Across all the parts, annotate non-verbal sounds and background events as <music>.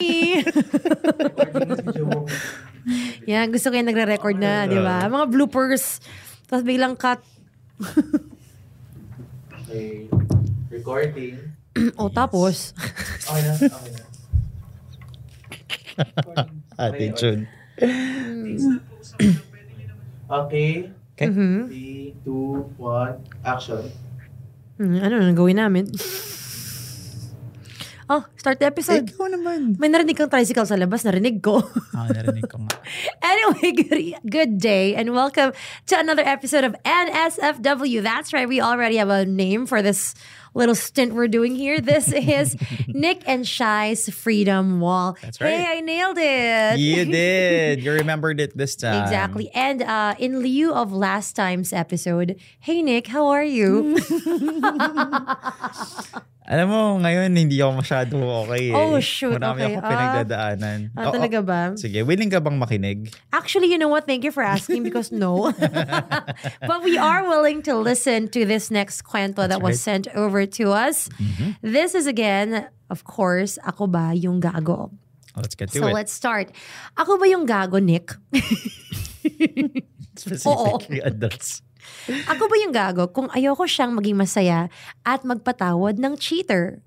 <laughs> Yan, gusto ko yung nagre-record na, di ba? Mga bloopers. Tapos biglang cut. Okay. Recording. o, Oh, tapos. Okay na, okay na. Ah, Attitude. Okay. Mhm. 3, 2, 1, action. Hmm, ano nang gawin namin? oh, start the episode. Ikaw naman. May narinig kang tricycle sa labas, narinig ko. <laughs> Ah, narinig ko nga. Anyway, <laughs> good, good day and welcome to another episode of NSFW. That's right, we already have a name for this little stint we're doing here. <laughs> This is Nick and Shy's Freedom Wall. That's Hey, right. I nailed it. <laughs> You did. You remembered it this time. Exactly. And uh, in lieu of last time's episode, hey Nick, how are <laughs> you? Alam mo, ngayon hindi ako masyado okay eh. Oh, shoot. Marami Okay. ako Ah. pinagdadaanan. Ah, Oo. talaga ba? Sige, willing ka bang makinig? Actually, you know what? Thank you for asking because no. <laughs> but we are willing to listen to this next kwento that was sent over to us. Mm-hmm. This is again, of course, Ako Ba Yung Gago? Let's get to so it. <laughs> let's start. Ako ba yung gago, Nick? Specifically adults. Ako ba yung gago kung ayoko siyang maging masaya at magpatawad ng cheater?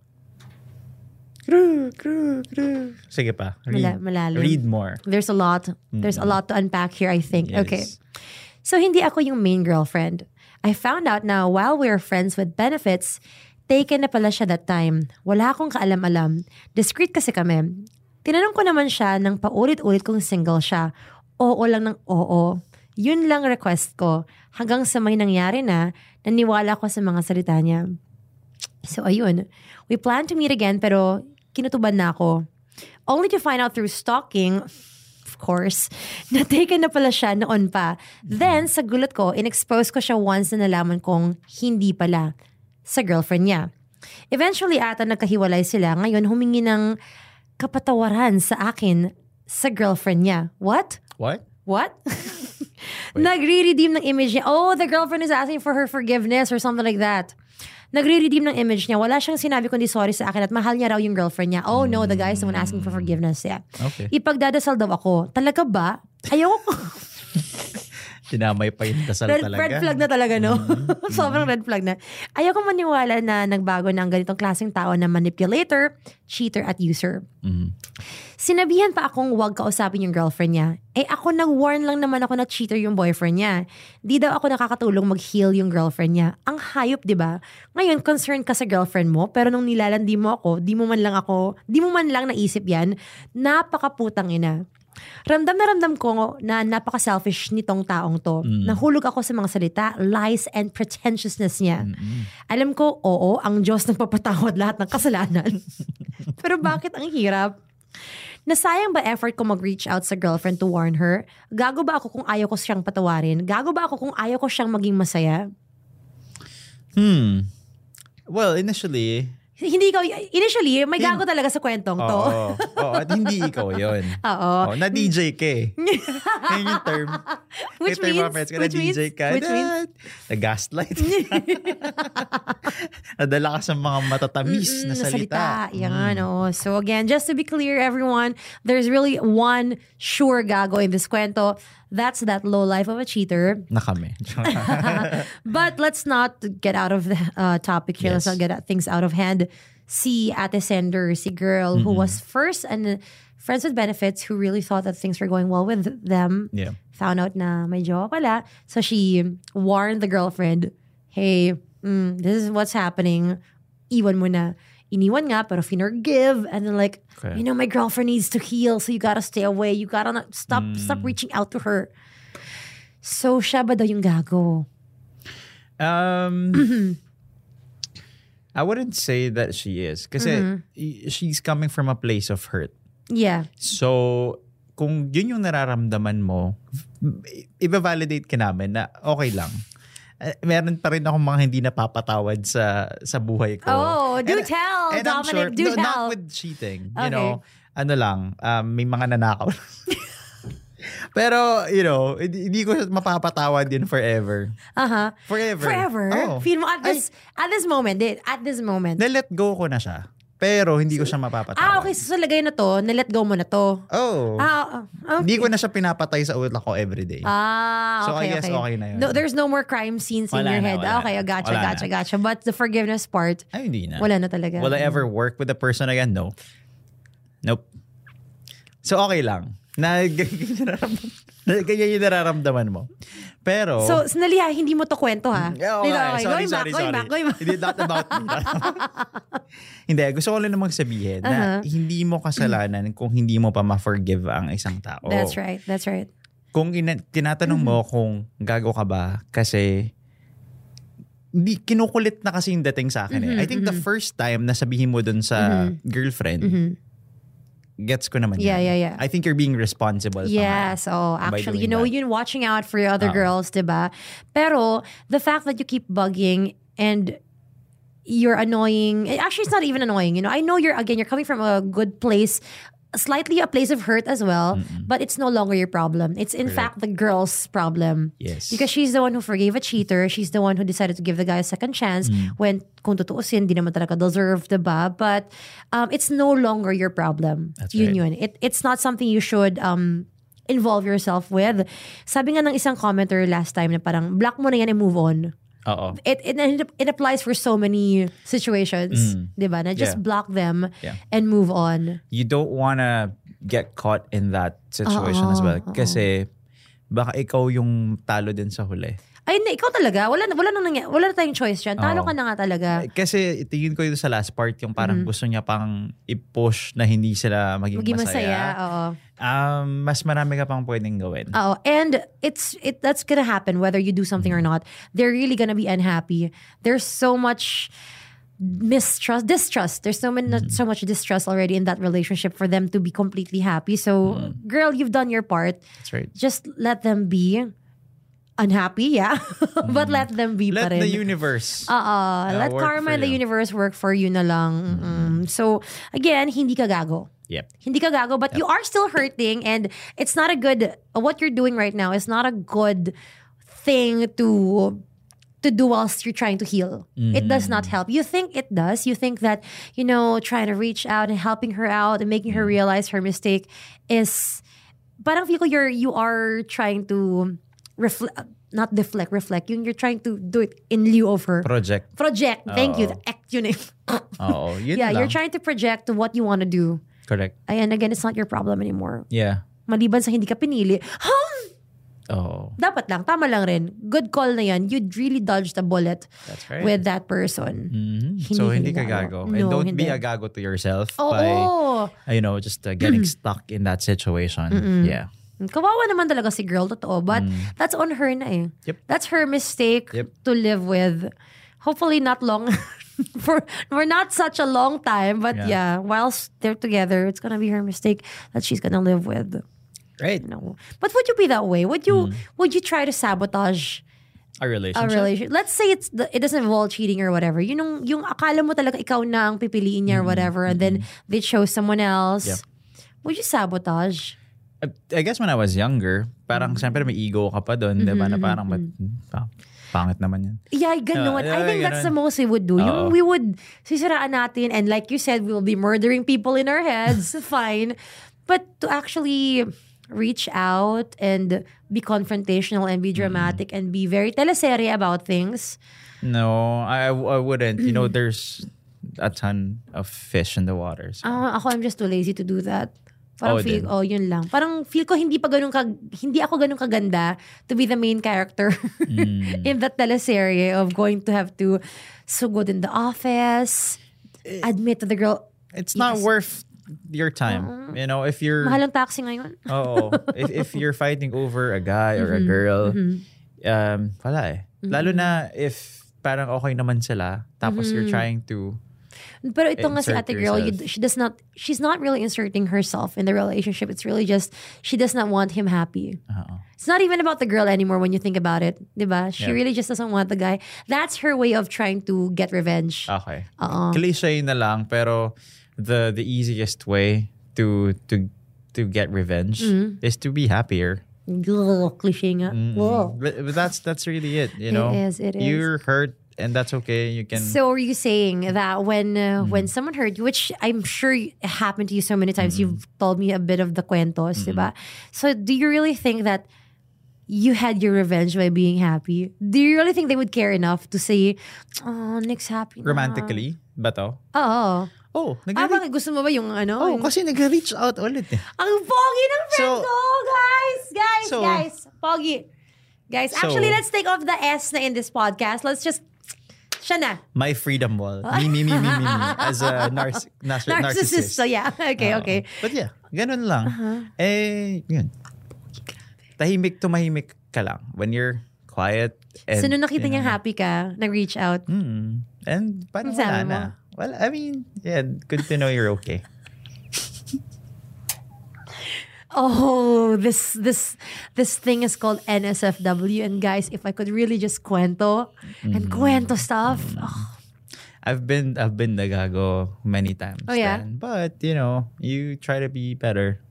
Kru, kru, kru. Sige pa. Mala- Read, malalim. read more. There's a lot. There's a lot to unpack here, I think. Mm-hmm. Yes. Okay. So hindi ako yung main girlfriend. I found out now while we were friends with benefits, taken na pala siya that time. Wala akong kaalam-alam. Discreet kasi kami. Tinanong ko naman siya ng paulit-ulit kung single siya. Oo lang ng oo. Yun lang request ko. Hanggang sa may nangyari na, naniwala ko sa mga salita niya. So ayun, we plan to meet again pero kinutuban na ako. Only to find out through stalking, of course, <laughs> na taken na pala siya noon pa. Then, sa gulat ko, inexpose ko siya once na nalaman kong hindi pala sa girlfriend niya. Eventually ata nagkahiwalay sila. Ngayon, humingi ng kapatawaran sa akin sa girlfriend niya. What? What? What? Nagre-redeem ng image niya. Oh, the girlfriend is asking for her forgiveness or something like that. Nagre-redeem ng image niya. Wala siyang sinabi kundi sorry sa akin at mahal niya raw yung girlfriend niya. Oh no, the guy is the one asking for forgiveness. Yeah. Okay. Ipagdadasal daw ako. Talaga ba? Ayoko. Dinamay pa yung kasal red, talaga. red flag na talaga, no? <laughs> Sobrang red flag na. Ayoko maniwala na nagbago na ang ganitong klaseng tao na manipulator, cheater, at user. Mm. Sinabihan pa akong huwag kausapin yung girlfriend niya. Eh ako nag-warn lang naman ako na cheater yung boyfriend niya. Di daw ako nakakatulong mag-heal yung girlfriend niya. Ang hayop, di ba? Ngayon, concerned ka sa girlfriend mo, pero nung nilalandi mo ako, di mo man lang ako, di mo man lang naisip yan, napakaputang ina. Ramdam na ramdam ko na napaka-selfish nitong taong to. Nahulog ako sa mga salita, lies, and pretentiousness niya. Alam ko, oo, ang Diyos nang papatawad lahat ng kasalanan. <laughs> pero bakit ang hirap? Nasayang ba effort ko mag-reach out sa girlfriend to warn her? Gago ba ako kung ayaw ko siyang patawarin? Gago ba ako kung ayaw ko siyang maging masaya? Hmm. Well, initially, Hindi ko, initially, may gago talaga sa kwentong to. oo. Oo, at hindi ikaw yon. <laughs> Oo. Oh, na DJ ka <laughs> eh. Yun yung term. Which yung term means- mga friends ko, which na DJ means- ka. which <laughs> means- That- <laughs> Na-gaslight. <laughs> Nadala ka sa mga matatamis na Mm, salita. Mm. Yan, oo. So again, just to be clear, everyone, there's really one sure gago in this kwento. That's that low life of a cheater. Mm-hmm. Na kami. <laughs> <laughs> But let's not get out of the uh, topic here. Let's Yes. not get out- things out of hand. Si Ate Sender, si girl Mm-hmm. who was first and friends with benefits who really thought that things were going well with them, yeah. found out na may jowa pala. So she warned the girlfriend, hey, mm, this is what's happening. Iwan mo na. Iniwan nga, pero finurgive. And then like, Okay. you know, my girlfriend needs to heal, so you gotta stay away. You gotta not, stop Hmm. stop reaching out to her. So siya ba daw yung gago? <clears throat> Um, I wouldn't say that she is. Kasi Mm-hmm. i- she's coming from a place of hurt. Yeah. So, kung yun yung nararamdaman mo, i- ibabalidate ka namin na okay lang. Eh, Meron pa rin akong mga hindi napapatawad sa sa buhay ko. Oh, do tell, and I'm Dominic, do no, Not tell. with cheating. Okay. You know, ano lang, um, may mga nanakaw. <laughs> Pero, you know, hindi hindi ko mapapatawad yun forever. Uh-huh. Forever. Forever. Oo. Feel mo at Ay, this at this moment, di- at this moment. na-let go ko na siya. Pero hindi ko siya mapapatawad. Ah, okay. So, so lagay na to, na-let go mo na to. Oh. Ah, ah, Hindi okay. ko na siya pinapatay sa utak ko everyday. Ah, okay, So, I guess okay na yun. No, there's no more crime scenes in Wala your na, head. wala Ah, okay, na. gotcha, Wala na. gotcha, gotcha. But the forgiveness part, Ay, hindi na. wala na talaga. Will I ever work with the person again? No. Nope. So, okay lang. Na, <laughs> ganyan yung nararamdaman, ganyan yung nararamdaman mo. Pero, So, sinali ha, hindi mo to kwento ha. Mm, Yeah, Dito, okay. Sorry, going back, sorry, going sorry. back, <laughs> going back. Hindi, not about me. hindi, gusto ko lang namang sabihin Uh-huh. na hindi mo kasalanan kung hindi mo pa ma-forgive ang isang tao. That's right, that's right. Kung ina- tinatanong mo Mm-hmm. kung gago ka ba kasi hindi, kinukulit na kasi yung dating sa Mhm, akin eh. I think the first time na sabihin mo dun sa girlfriend, Mhm. gets ko naman Mm-hmm. Yeah, yan. yeah, yeah. I think you're being responsible somehow. Yes, oh, By actually, you doing know, that. Ah. you're watching out for your other Oo. girls, diba? Pero, the fact that you keep bugging and you're annoying, eh, actually, it's not even annoying, you know? I know you're, again, you're coming from a good place, slightly a place of hurt as well, but it's no longer your problem. It's, in fact, the girl's problem. Yes. Because she's the one who forgave a cheater. She's the one who decided to give the guy a second chance. Mm. When, kung tutuusin, di naman talaga deserve, diba? But um, it's no longer your problem. That's yun right. yun. It, it's not something you should um, involve yourself with. Sabi nga ng isang commenter last time na parang, block mo na yan and move on. Oo. It, it, it applies for so many situations, diba? Na just Mm. Yeah. block them Yeah. and move on. You don't wanna get caught in that situation as well. Kasi baka ikaw yung talo din sa huli. Ay, hindi, ikaw talaga. Wala, na- wala, nang, nangy- wala na tayong choice dyan. Talo Oo. ka na nga talaga. Kasi tingin ko yun sa last part, yung parang gusto niya pang i-push na hindi sila maging, Mm-hmm. Maging masaya. masaya. Oo. Um, mas marami ka pang pwedeng gawin. Oh, and it's it that's gonna happen whether you do something or Mm-hmm. not. They're really gonna be unhappy. There's so much mistrust, distrust. There's so many, Mm-hmm. so much distrust already in that relationship for them to be completely happy. So, Mm-hmm. girl, you've done your part. That's right. Just let them be unhappy, yeah, <laughs> but let them be. Mm-hmm. Let pa rin. the universe. Uh, uh, let work karma for and the you. Mm-hmm. universe work for you na lang. Mm. So, again, hindi ka gago. yep. Hindi ka gago, but you are still hurting and it's not a good what you're doing right now is not a good thing to to do whilst you're trying to heal. It does not Mm-hmm. help. You think it does. You think that, you know, trying to reach out and helping her out and making her Mm-hmm. realize her mistake is parang feel ko you're you are trying to reflect not deflect, reflect. Yung you're trying to do it in lieu of her. Project. Project. Thank you. Oo. The act yun eh. Oo. Oh. <laughs> Yun yeah, lang. you're trying to project what you want to do. Correct. Ayan, again, it's not your problem anymore. Yeah. Maliban sa hindi ka pinili, huh? Oo. Dapat lang, tama lang rin. Good call na yan. You'd really dodged a bullet That's right. with that person. Mhm. Hindi so, hindi ka gago. gago. And No, don't hindi. be a gago to yourself Oo. by you know, just uh, getting stuck in that situation. Yeah. Kawawa naman talaga si girl, totoo. But that's on her na eh. Mm. Yep. That's her mistake Yep. to live with. Hopefully not long. <laughs> for for not such a long time. But yeah. Yeah. whilst they're together, it's gonna be her mistake that she's gonna live with. Right. You know. But would you be that way? Would Mm. you would you try to sabotage a A relationship. relationship. Let's say it's the, it doesn't involve cheating or whatever. You know, yung akala mo talaga ikaw na ang pipiliin niya or whatever and then they chose someone else. Yep. Would you sabotage? I, I guess when I was younger, parang siyempre may ego ka pa doon, di ba? Na parang, ba't- hmm, pa- pangit naman yan. Yeah, ganun. Yeah, I think yeah, that's the ganun. most we would do. Yung Oo. we would sisiraan natin and like you said, we'll be murdering people in our heads. Fine. But to actually reach out and be confrontational and be dramatic and be very teleserye about things. No, I, I wouldn't. You <clears throat> know, there's a ton of fish in the water. So. Ah, ako, I'm just too lazy to do that. Parang Oo feel, din. oh, yun lang. Parang feel ko hindi pa ganun ka, hindi ako ganun kaganda to be the main character <laughs> Mm. in that teleserye of going to have to sugod in the office, eh, admit to the girl, It's not Yes. Mm-hmm. worth your time. You know, if you're... mahal ang taxi ngayon. <laughs> Oo. if, if you're fighting over a guy or a Mm-hmm. girl, um, wala eh. Lalo na if parang okay naman sila, tapos Mm-hmm. you're trying to... Pero ito nga si Insert ate girl, you, yourself. she does not, she's not really inserting herself in the relationship. It's really just, she does not want him happy. Oo. It's not even about the girl anymore when you think about it. Diba? She Yeah. really just doesn't want the guy. That's her way of trying to get revenge. Okay. Oo. Cliche na lang, pero the the easiest way to to to get revenge Mm-hmm. is to be happier. Mm-hmm. Ugh, cliche nga. Ugh. But, but that's that's really it, you know. is, it is. You're hurt and Mm-hmm. that's okay. You can So are you saying that when uh, when someone heard you, which I'm sure it happened to you so many times, you've told me a bit of the cuentos, diba? So do you really think that you had your revenge by being happy? Do you really think they would care enough to say, oh, next happy na." uh, romantically ba to? Oo. Oh, Ah, nag-reach. bakit gusto mo ba yung ano? Oh, yung- kasi nag-reach out ulit eh. Ang pogi ng friend So- ko, guys! Guys, So- guys! Pogi. Guys, So- actually, let's take off the S na in this podcast. Let's just, siya na. My freedom wall. Me, me, me, me, me, me. As a narciss- <laughs> nas- Narcissist. narcissist. So, yeah. <laughs> Okay, Oo. okay. Uh-huh. But yeah, ganun lang. Eh, yun. Tahimik, tumahimik ka lang. When you're quiet. And, so, nung nakita you niyang know, happy ka, nag-reach out. Mm, and Ang parang sabi wala mo? na. Well, I mean, yeah, good to know you're okay. Oh, this this this thing is called NSFW. And guys, if I could really just cuento Mm-hmm. and cuento stuff. Oh, I've been I've been nagago many times. Oh, yeah? then. But, you know, you try to be better.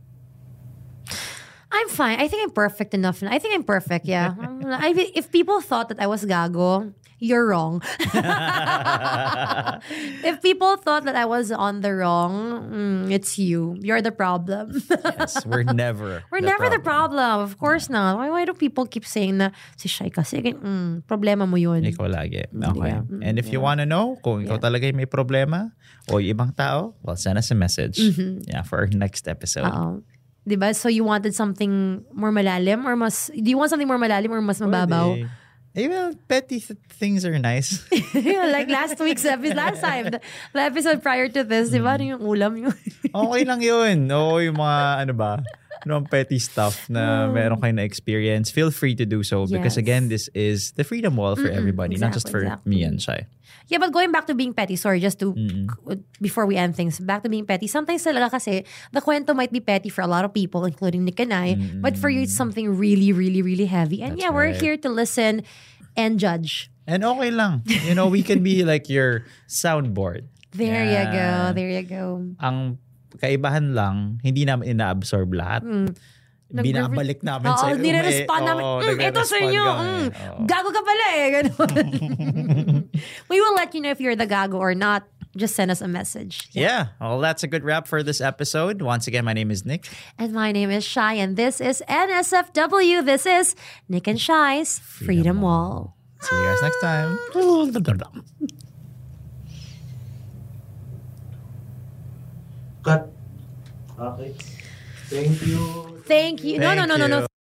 I'm fine. I think I'm perfect enough. I think I'm perfect, <laughs> yeah. I, if people thought that I was gago, you're <laughs> wrong. <laughs> if people thought that I was on the wrong, mm, it's you. You're the problem. <laughs> Yes, we're <laughs> never We're the never the problem. Of course not. Why, why do people keep saying na, si Shai kasi, gan- mm, problema mo yun. Ikaw lagi. Okay. Yeah. Mm, And if you wanna know kung ikaw talaga yung may problema o yung ibang tao, well, send us a message. Yeah, for our next episode. Mm-hmm. Oo. Diba? So you wanted something more malalim or mas, do you want something more malalim or mas mababaw? <laughs> Pwede. Eh, well, petty th- things are nice. like last week's episode, last time, the, the episode prior to this, diba? Ano yung ulam yun? <laughs> okay lang yun. <laughs> Oo, yung mga ano ba, ano ang petty stuff <laughs> na meron kayong na-experience, feel free to do so because Mm. Yes. again, this is the freedom wall for everybody, not just for exactly, me and Shai. Yeah, but going back to being petty, sorry, just to, uh, before we end things, back to being petty, sometimes talaga kasi, the kwento might be petty for a lot of people, including Nick and I, but for you, it's something really, really, really heavy. And That's yeah, we're right. here to listen and judge. And okay lang. You know, we can be like your soundboard. There you go, Yeah. there you go. Ang kaibahan lang, hindi namin inaabsorb lahat. Nag- Binabalik namin Hmm. Oo, sa'yo. nire-respond Ume- namin. oo, Mm, ito sa nagre-respond inyo. kami. Mm, Oo. gago ka pala eh. <laughs> Ganun. We will let you know if you're the gago or not. Just send us a message. <laughs> Yeah. Well, that's a good wrap for this episode. Once again, my name is Nick. And my name is Shy, and this is NSFW. This is Nick and Shy's Freedom, Wall. See you guys next time. Cut. Okay. Thank you. Thank you. no, no, Thank <laughs> no, no, no. you.